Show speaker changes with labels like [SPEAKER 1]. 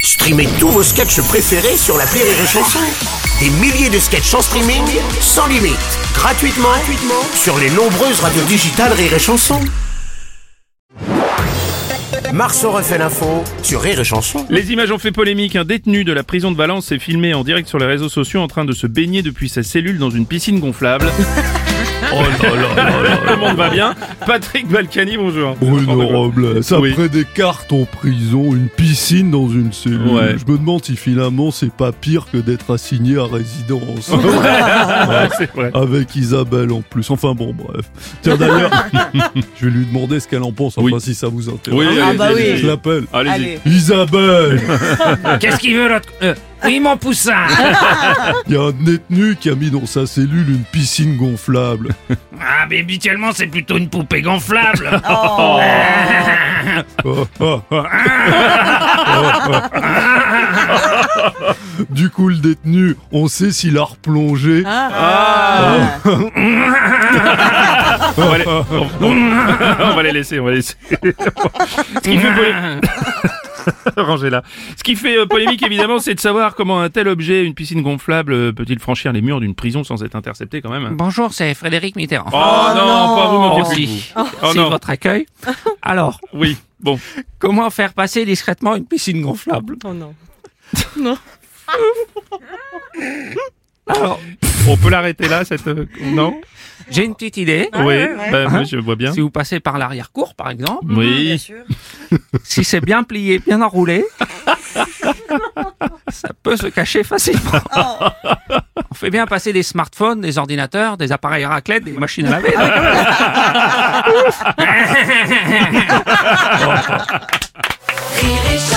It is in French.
[SPEAKER 1] Streamez tous vos sketchs préférés sur la Rire et Chanson. Des milliers de sketchs en streaming, sans limite, gratuitement, gratuitement sur les nombreuses radios digitales Rire et Chanson. Marceau refait l'info sur Rire et Chanson.
[SPEAKER 2] Les images ont fait polémique. Un détenu de la prison de Valence est filmé en direct sur les réseaux sociaux en train de se baigner depuis sa cellule dans une piscine gonflable. Oh Le monde va bien. Patrick Balkany, bonjour. Oh,
[SPEAKER 3] Bruno Robles, après
[SPEAKER 2] Oui.
[SPEAKER 3] des cartes en prison, une piscine dans une cellule,
[SPEAKER 2] Ouais.
[SPEAKER 3] je me demande si finalement c'est pas pire que d'être assigné à résidence.
[SPEAKER 2] Ouais, c'est vrai.
[SPEAKER 3] Avec Isabelle en plus. Enfin bon, bref. Tiens d'ailleurs, je vais lui demander ce qu'elle en pense, enfin
[SPEAKER 2] Oui.
[SPEAKER 3] si ça vous intéresse.
[SPEAKER 2] Oui,
[SPEAKER 4] Ah bah
[SPEAKER 2] allez-y,
[SPEAKER 4] oui.
[SPEAKER 3] Je l'appelle.
[SPEAKER 2] allez-y.
[SPEAKER 4] Allez.
[SPEAKER 3] Isabelle
[SPEAKER 5] Qu'est-ce qu'il veut l'autre euh, Oui, mon poussin
[SPEAKER 3] Il y a un détenu qui a mis dans sa cellule une piscine gonflable.
[SPEAKER 5] Ah, mais habituellement, c'est plutôt une poupée gonflable
[SPEAKER 4] Oh.
[SPEAKER 3] Oh, oh, oh. Du coup, le détenu, on sait s'il a replongé.
[SPEAKER 4] Ah.
[SPEAKER 2] On va les, on- on- on va les laisser, on va les laisser. Ce qui fait polémique. Rangez-la. Ce qui fait euh, polémique, évidemment, c'est de savoir comment un tel objet, une piscine gonflable, euh, peut-il franchir les murs d'une prison sans être intercepté quand même.
[SPEAKER 5] Bonjour, c'est Frédéric Mitterrand.
[SPEAKER 2] Oh, non, pas vous, mon petit.
[SPEAKER 5] Merci.
[SPEAKER 2] Oh
[SPEAKER 5] C'est
[SPEAKER 2] non,
[SPEAKER 5] votre accueil. Alors,
[SPEAKER 2] oui, bon.
[SPEAKER 5] comment faire passer discrètement une piscine gonflable
[SPEAKER 4] Oh non.
[SPEAKER 5] Alors,
[SPEAKER 2] On peut l'arrêter là, cette... euh, Non
[SPEAKER 5] j'ai une petite idée.
[SPEAKER 2] Oui, bah, moi, je vois bien.
[SPEAKER 5] Si vous passez par l'arrière-cour, par exemple,
[SPEAKER 4] Bien
[SPEAKER 2] Oui,
[SPEAKER 4] sûr.
[SPEAKER 5] si c'est bien plié, bien enroulé, ça peut se cacher facilement.
[SPEAKER 2] Oh.
[SPEAKER 5] On fait bien passer des smartphones, des ordinateurs, des appareils à raclette, des machines à laver.
[SPEAKER 6] Rire et chanson.